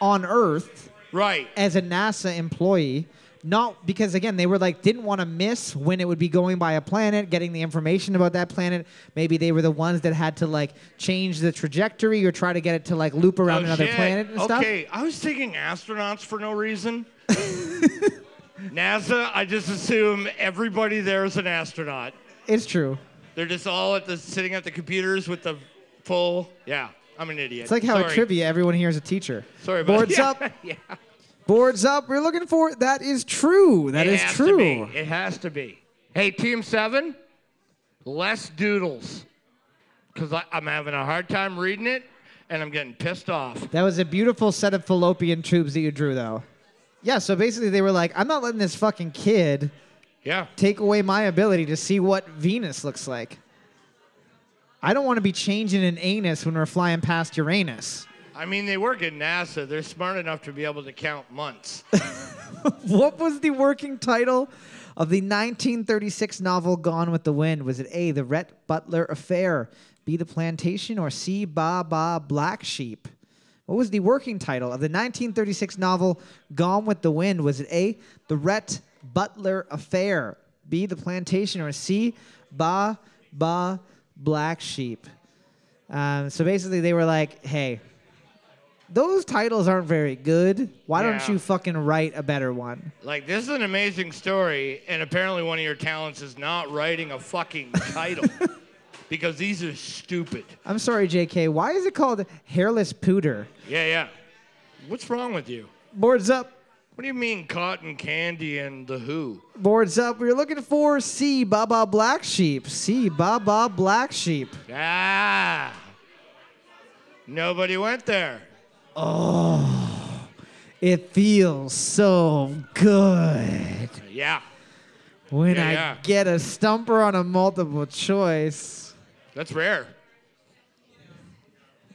B: On Earth
C: Right.
B: as a NASA employee. Not because, again, they were like, didn't want to miss when it would be going by a planet, getting the information about that planet. Maybe they were the ones that had to like change the trajectory or try to get it to like loop around
C: Oh,
B: another
C: shit.
B: planet and stuff.
C: Okay, I was thinking astronauts for no reason. NASA, I just assume everybody there is an astronaut.
B: It's true.
C: They're just all at the sitting at the computers with the full. Yeah, I'm an idiot.
B: It's like how
C: Sorry.
B: at trivia, everyone here is a teacher.
C: Sorry about
B: Boards
C: yeah.
B: up,
C: yeah.
B: boards up. We're looking for that is true. That
C: it
B: is
C: has
B: true.
C: To be. It has to be. Hey, Team Seven, less doodles, because I'm having a hard time reading it, and I'm getting pissed off.
B: That was a beautiful set of fallopian tubes that you drew, though. Yeah, so basically they were like, I'm not letting this fucking kid
C: Yeah.
B: take away my ability to see what Venus looks like. I don't want to be changing an anus when we're flying past Uranus.
C: I mean, they work at NASA. They're smart enough to be able to count months.
B: What was the working title of the 1936 novel Gone with the Wind? Was it A, The Rhett Butler Affair, B, The Plantation, or C, Ba Ba Black Sheep? What was the working title of the 1936 novel Gone with the Wind? Was it A, The Rhett Butler Affair, B, The Plantation, or C, Ba Ba Black Sheep? Um, so basically, they were like, hey, those titles aren't very good. Why don't
C: Yeah.
B: you fucking write a better one?
C: Like, this is an amazing story, and apparently one of your talents is not writing a fucking title. because these are stupid.
B: I'm sorry, JK. Why is it called hairless pooter?
C: Yeah, yeah. What's wrong with you?
B: Boards up,
C: What do you mean cotton candy and the who?
B: boards up. We are looking for C. Baba Black Sheep. C. Baba Black Sheep.
C: Ah. Nobody went there.
B: It feels so good
C: Yeah.
B: when
C: Yeah,
B: I
C: yeah.
B: get a stumper on a multiple choice.
C: That's rare.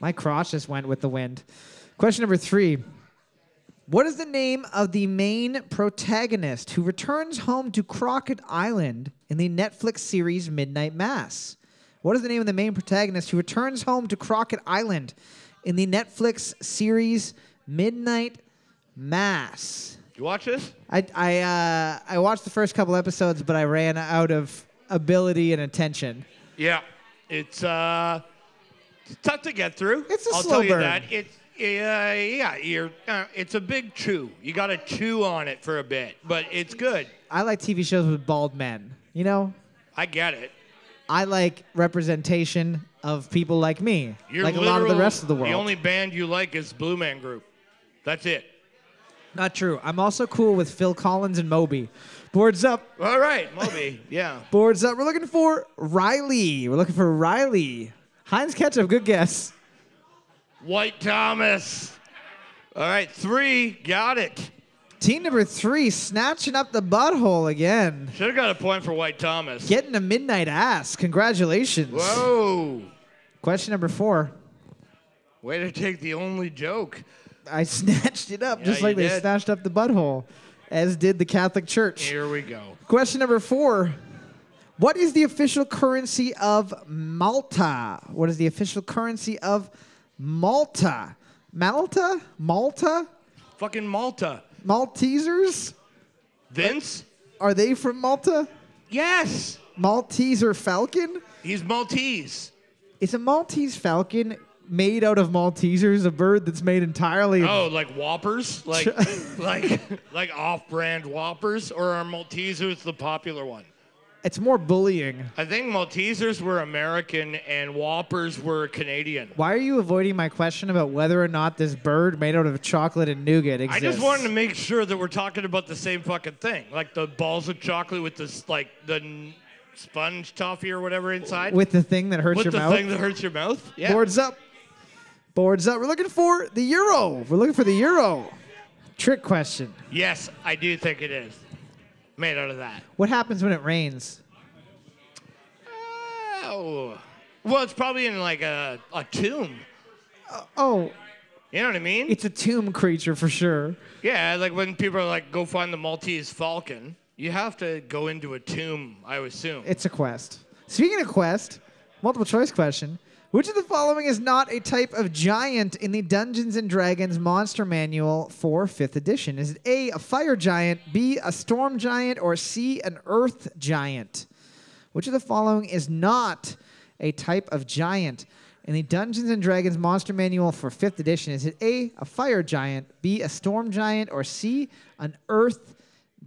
B: My crotch just went with the wind. Question number three. What is the name of the main protagonist who returns home to Crockett Island in the Netflix series Midnight Mass? What is the name of the main protagonist who returns home to Crockett Island in the Netflix series Midnight Mass?
C: You watch this?
B: I I, uh, I watched the first couple episodes, but I ran out of ability and attention.
C: Yeah. It's uh it's tough to get through.
B: It's a
C: I'll
B: slow
C: tell you
B: burn.
C: that. It's uh, yeah, you're, uh, it's a big chew. You got to chew on it for a bit, but it's good.
B: I like TV shows with bald men. You know,
C: I get it.
B: I like representation of people like me,
C: You're
B: like a lot of the
C: literal-
B: rest of the world.
C: The only band you like is Blue Man Group. That's it.
B: Not true. I'm also cool with Phil Collins and Moby. Boards up,
C: All right, Moby. yeah.
B: boards up. We're looking for Riley. We're looking for Riley. Heinz Ketchup, good guess.
C: White Thomas. All right, three. Got it.
B: Team number three snatching up the butthole again.
C: Should have got a point for White Thomas.
B: Getting a midnight ass. Congratulations.
C: Whoa.
B: Question number four.
C: Way to take the only joke.
B: I snatched it up
C: Yeah,
B: just like
C: you
B: they
C: did.
B: snatched up the butthole, as did the Catholic Church.
C: Here we go.
B: Question number four. What is the official currency of Malta? What is the official currency of Malta? Malta? Malta?
C: Fucking Malta.
B: Maltesers?
C: Vince?
B: Are they from Malta?
C: Yes.
B: Malteser Falcon?
C: He's Maltese.
B: Is a Maltese Falcon made out of Maltesers, a bird that's made entirely of
C: Oh, like Whoppers, like like like off-brand Whoppers, or are Maltesers the popular one?
B: It's more bullying.
C: I think Maltesers were American and Whoppers were Canadian.
B: Why are you avoiding my question about whether or not this bird made out of chocolate and nougat
C: I
B: exists?
C: just wanted to make sure that we're talking about the same fucking thing, like the balls of chocolate with this like the n- sponge toffee or whatever inside.
B: With the thing that hurts
C: With
B: your
C: the
B: mouth?
C: thing that hurts your mouth. Yeah.
B: Boards up. Boards up. We're looking for the euro. We're looking for the euro. Trick question.
C: Yes, I do think it is made out of that.
B: What happens when it rains?
C: Oh. Well, it's probably in like a, a tomb.
B: Oh,
C: You know what I mean?
B: it's a tomb creature for sure.
C: Yeah, like when people are like, go find the Maltese falcon, you have to go into a tomb, I would assume.
B: It's a quest. Speaking of quest, multiple choice question. Which of the following is not a type of giant in the Dungeons and Dragons Monster Manual for 5th edition? Is it A, a fire giant, B, a storm giant, or C, an earth giant? Which of the following is not a type of giant in the Dungeons and Dragons Monster Manual for 5th edition? Is it A, a fire giant, B, a storm giant, or C, an earth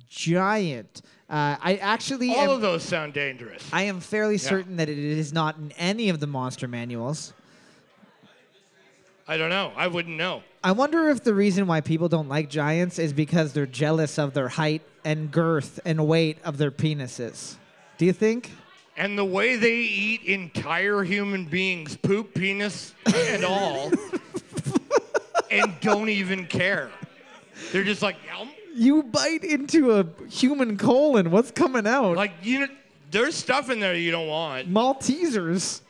B: giant? Uh, I actually
C: All
B: am-
C: of those sound dangerous.
B: I am fairly certain that it is not in any of the monster manuals.
C: I don't know. I wouldn't know.
B: I wonder if the reason why people don't like giants is because they're jealous of their height and girth and weight of their penises. Do you think?
C: And the way they eat entire human beings, poop, penis, and all, and don't even care. They're just like, "Yum."
B: You bite into a human colon. What's coming out?
C: like you know, there's stuff in there you don't want.
B: Maltesers.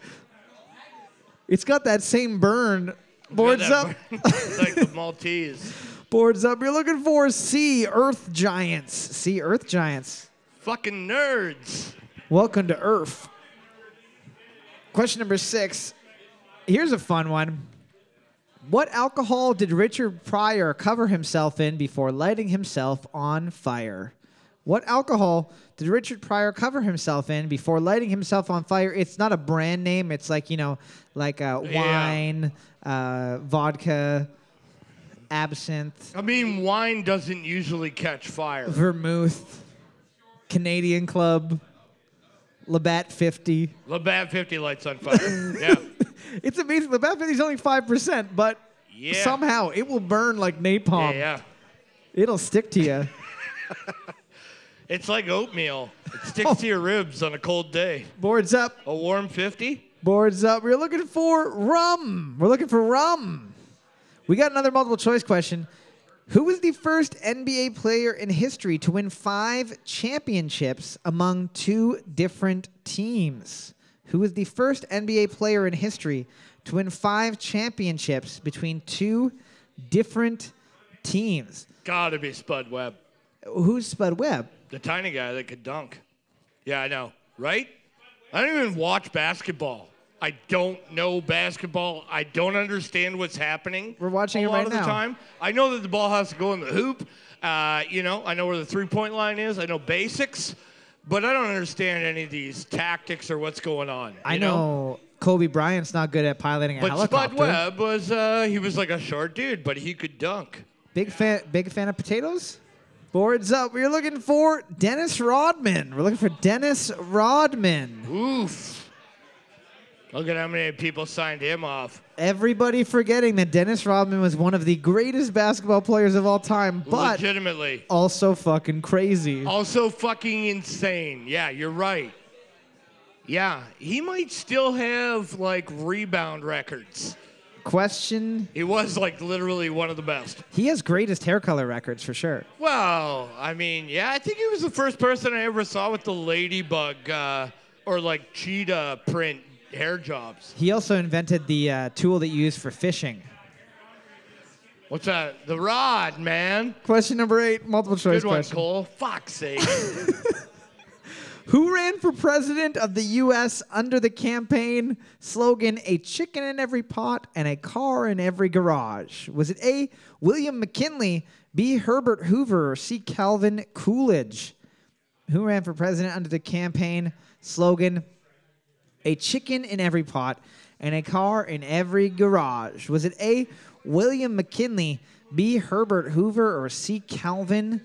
B: It's got that same burn. Boards up.
C: That- like the Maltese.
B: Boards up. You're looking for sea earth giants. Sea earth giants.
C: Fucking nerds.
B: Welcome to Earth. Question number six. Here's a fun one. What alcohol did Richard Pryor cover himself in before lighting himself on fire? What alcohol did Richard Pryor cover himself in before lighting himself on fire? It's not a brand name. It's like, you know, like uh,
C: Yeah.
B: wine, uh, vodka, absinthe,
C: I mean, wine doesn't usually catch fire.
B: vermouth, Canadian Club, Labatt 50.
C: Labatt 50 lights on fire. yeah.
B: It's amazing. The Bat 50 is only 5%, but
C: Yeah.
B: somehow it will burn like napalm.
C: Yeah, yeah.
B: It'll stick to you.
C: It's like oatmeal. It sticks to your ribs on a cold day.
B: boards up,
C: A warm 50?
B: boards up. We're looking for rum. We're looking for rum. We got another multiple choice question. Who was the first NBA player in history to win five championships among two different teams? Who was the first NBA player in history to win five championships between two different teams?
C: Gotta be Spud Webb.
B: Who's Spud Webb?
C: The tiny guy that could dunk. Yeah, I know. Right? I don't even watch basketball. I don't know basketball. I don't understand what's happening.
B: We're watching
C: a
B: it
C: lot
B: right
C: of
B: now.
C: the time. I know that the ball has to go in the hoop. Uh, you know, I know where the three-point line is. I know basics, but I don't understand any of these tactics or what's going on. You
B: I know, Kobe Bryant's not good at piloting a
C: But
B: helicopter.
C: Spud Webb was uh, he was like a short dude, but he could dunk.
B: Big fan, big fan of potatoes. Boards up. We're looking for Dennis Rodman. We're looking for Dennis Rodman.
C: Oof. Look at how many people signed him off.
B: Everybody forgetting that Dennis Rodman was one of the greatest basketball players of all time, but
C: Legitimately.
B: also fucking crazy.
C: Also fucking insane. Yeah, you're right. Yeah, he might still have like rebound records.
B: Question:
C: He was like literally one of the best.
B: He has greatest hair color records for sure.
C: Well, I mean, yeah, I think he was the first person I ever saw with the ladybug uh, or like cheetah print hair jobs.
B: He also invented the uh, tool that you use for fishing.
C: What's that? The rod, man.
B: Question number eight, multiple choice
C: Good one,
B: question.
C: Cole. Fuck's sake.
B: Who ran for president of the U.S. under the campaign slogan, a chicken in every pot and a car in every garage? Was it A, William McKinley, B, Herbert Hoover, or C, Calvin Coolidge? who ran for president under the campaign slogan a chicken in every pot, and a car in every garage? Was it A. William McKinley, B. Herbert Hoover, or C. Calvin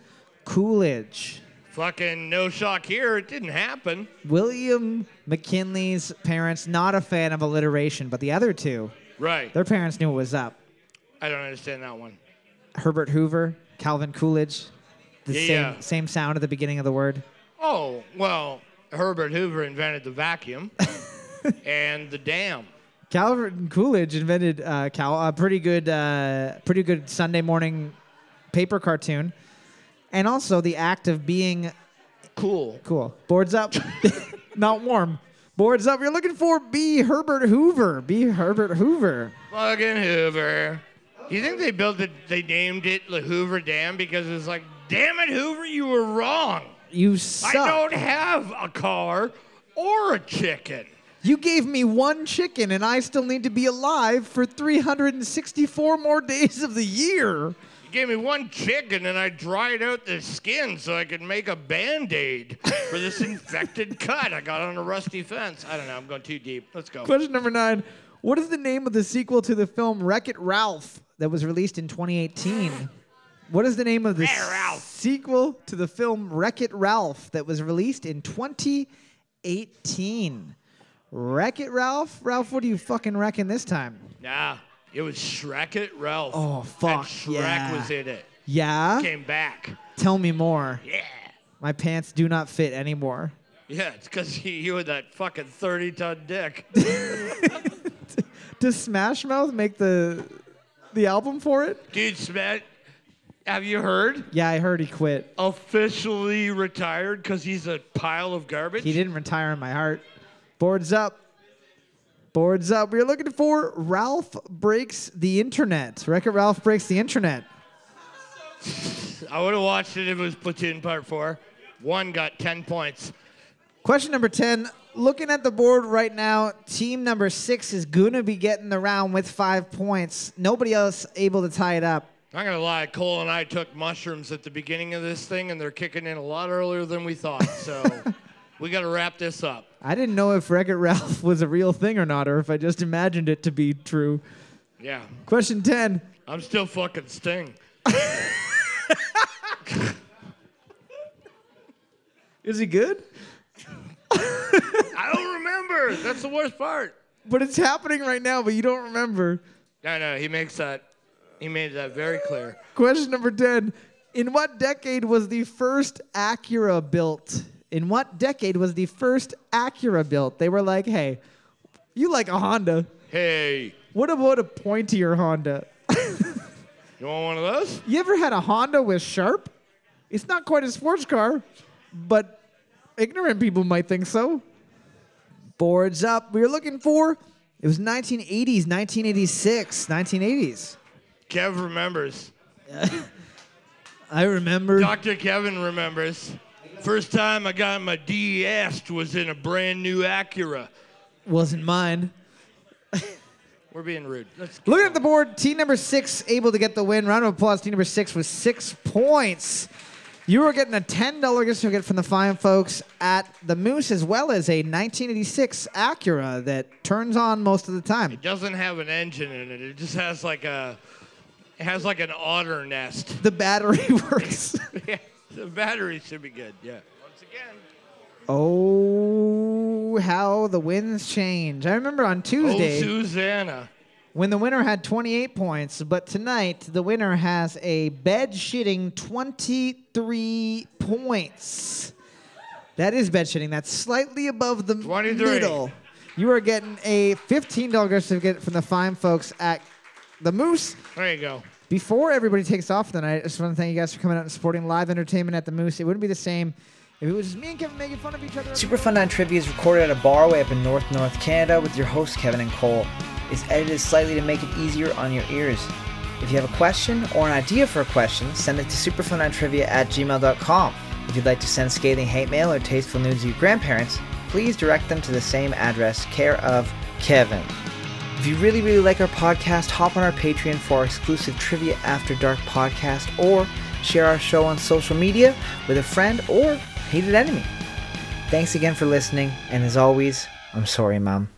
B: Coolidge?
C: Fucking no shock here. It didn't happen.
B: William McKinley's parents, not a fan of alliteration, but the other two,
C: Right.
B: their parents knew what was up.
C: I don't understand that one.
B: Herbert Hoover, Calvin Coolidge, the
C: Yeah,
B: same,
C: yeah.
B: same sound at the beginning of the word.
C: Oh, well, Herbert Hoover invented the vacuum and the dam.
B: Calvin Coolidge invented uh, Cal, a pretty good, uh, pretty good Sunday morning paper cartoon, and also the act of being
C: Cool.
B: cool. Boards up, not warm. Boards up. You're looking for B. Herbert Hoover. B. Herbert Hoover.
C: Fucking Hoover. Do you think they built it, they named it the Hoover Dam because it's like, damn it, Hoover, you were wrong.
B: You suck.
C: I don't have a car or a chicken.
B: You gave me one chicken, and I still need to be alive for 364 more days of the year.
C: You gave me one chicken and I dried out the skin so I could make a band aid for this infected cut I got on a rusty fence. I don't know, I'm going too deep. Let's go.
B: Question number nine. What is the name of the sequel to the film Wreck It Ralph that was released in 2018? What is the name of the sequel to the film Wreck It Ralph that was released in 2018? Wreck It Ralph? Ralph, what are you fucking wrecking this time?
C: Nah, it was Shrek It Ralph.
B: Oh, fuck,
C: And Shrek
B: yeah.
C: was in it.
B: Yeah?
C: Came back.
B: Tell me more.
C: Yeah.
B: My pants do not fit anymore.
C: Yeah, it's because you and that fucking 30 ton dick.
B: Does Smash Mouth make the the album for it?
C: Dude, Smet, have you heard?
B: Yeah, I heard he quit.
C: Officially retired because he's a pile of garbage?
B: He didn't retire in my heart. Boards up. Boards up. We're looking for Ralph Breaks the Internet. Wreck It Ralph Breaks the Internet.
C: I would have watched it if it was Platoon Part 4. One got 10 points.
B: Question number 10. Looking at the board right now, team number six is going to be getting the round with five points. Nobody else able to tie it up.
C: I'm not gonna lie, Cole and I took mushrooms at the beginning of this thing, and they're kicking in a lot earlier than we thought. So we gotta wrap this up.
B: I didn't know if Wreck It Ralph was a real thing or not, or if I just imagined it to be true.
C: Yeah,
B: Question 10.
C: I'm still fucking Sting.
B: Is he good?
C: I don't remember. That's the worst part.
B: But it's happening right now, but you don't remember.
C: No, no, he makes that. He made that very clear.
B: Question number 10. In what decade was the first Acura built? In what decade was the first Acura built? They were like, hey, you like a Honda.
C: Hey,
B: What about a pointier Honda?
C: you want one of those?
B: You ever had a Honda with Sharp? It's not quite a sports car, but ignorant people might think so. Boards up. We were looking for it was 1980s, 1986, 1980s.
C: Kev remembers.
B: I remember.
C: Dr. Kevin remembers. First time I got my DS was in a brand new Acura.
B: Wasn't mine.
C: We're being rude. Let's
B: Looking at the board, team number six able to get the win. Round of applause, team number six with six points. You are getting a $10 gift certificate from the fine folks at the Moose, as well as a 1986 Acura that turns on most of the time.
C: It doesn't have an engine in it. It just has like a it has like an otter nest.
B: The battery works.
C: Yeah, the battery should be good. Yeah. Once again.
B: oh, how the winds change. I remember on
C: Oh,
B: Tuesday
C: Susanna.
B: when the winner had 28 points, but tonight the winner has a bed shitting 23 points. That is bed shitting. That's slightly above the
C: 23.
B: middle. You are getting a $15 gift certificate from the fine folks at the Moose.
C: There you go.
B: Before everybody takes off tonight, I just want to thank you guys for coming out and supporting live entertainment at the Moose. It wouldn't be the same if it was just me and Kevin making fun of each other.
K: Super Fun Time Trivia is recorded at a bar way up in North North Canada with your hosts Kevin and Cole. It's edited slightly to make it easier on your ears. If you have a question or an idea for a question, send it to superfuntimetrivia at gmail.com. If you'd like to send scathing hate mail or tasteful news to your grandparents, please direct them to the same address, care of Kevin. If you really, really like our podcast, hop on our Patreon for our exclusive Trivia After Dark podcast or share our show on social media with a friend or
B: hated enemy. Thanks again for listening, and as always, I'm sorry, Mom.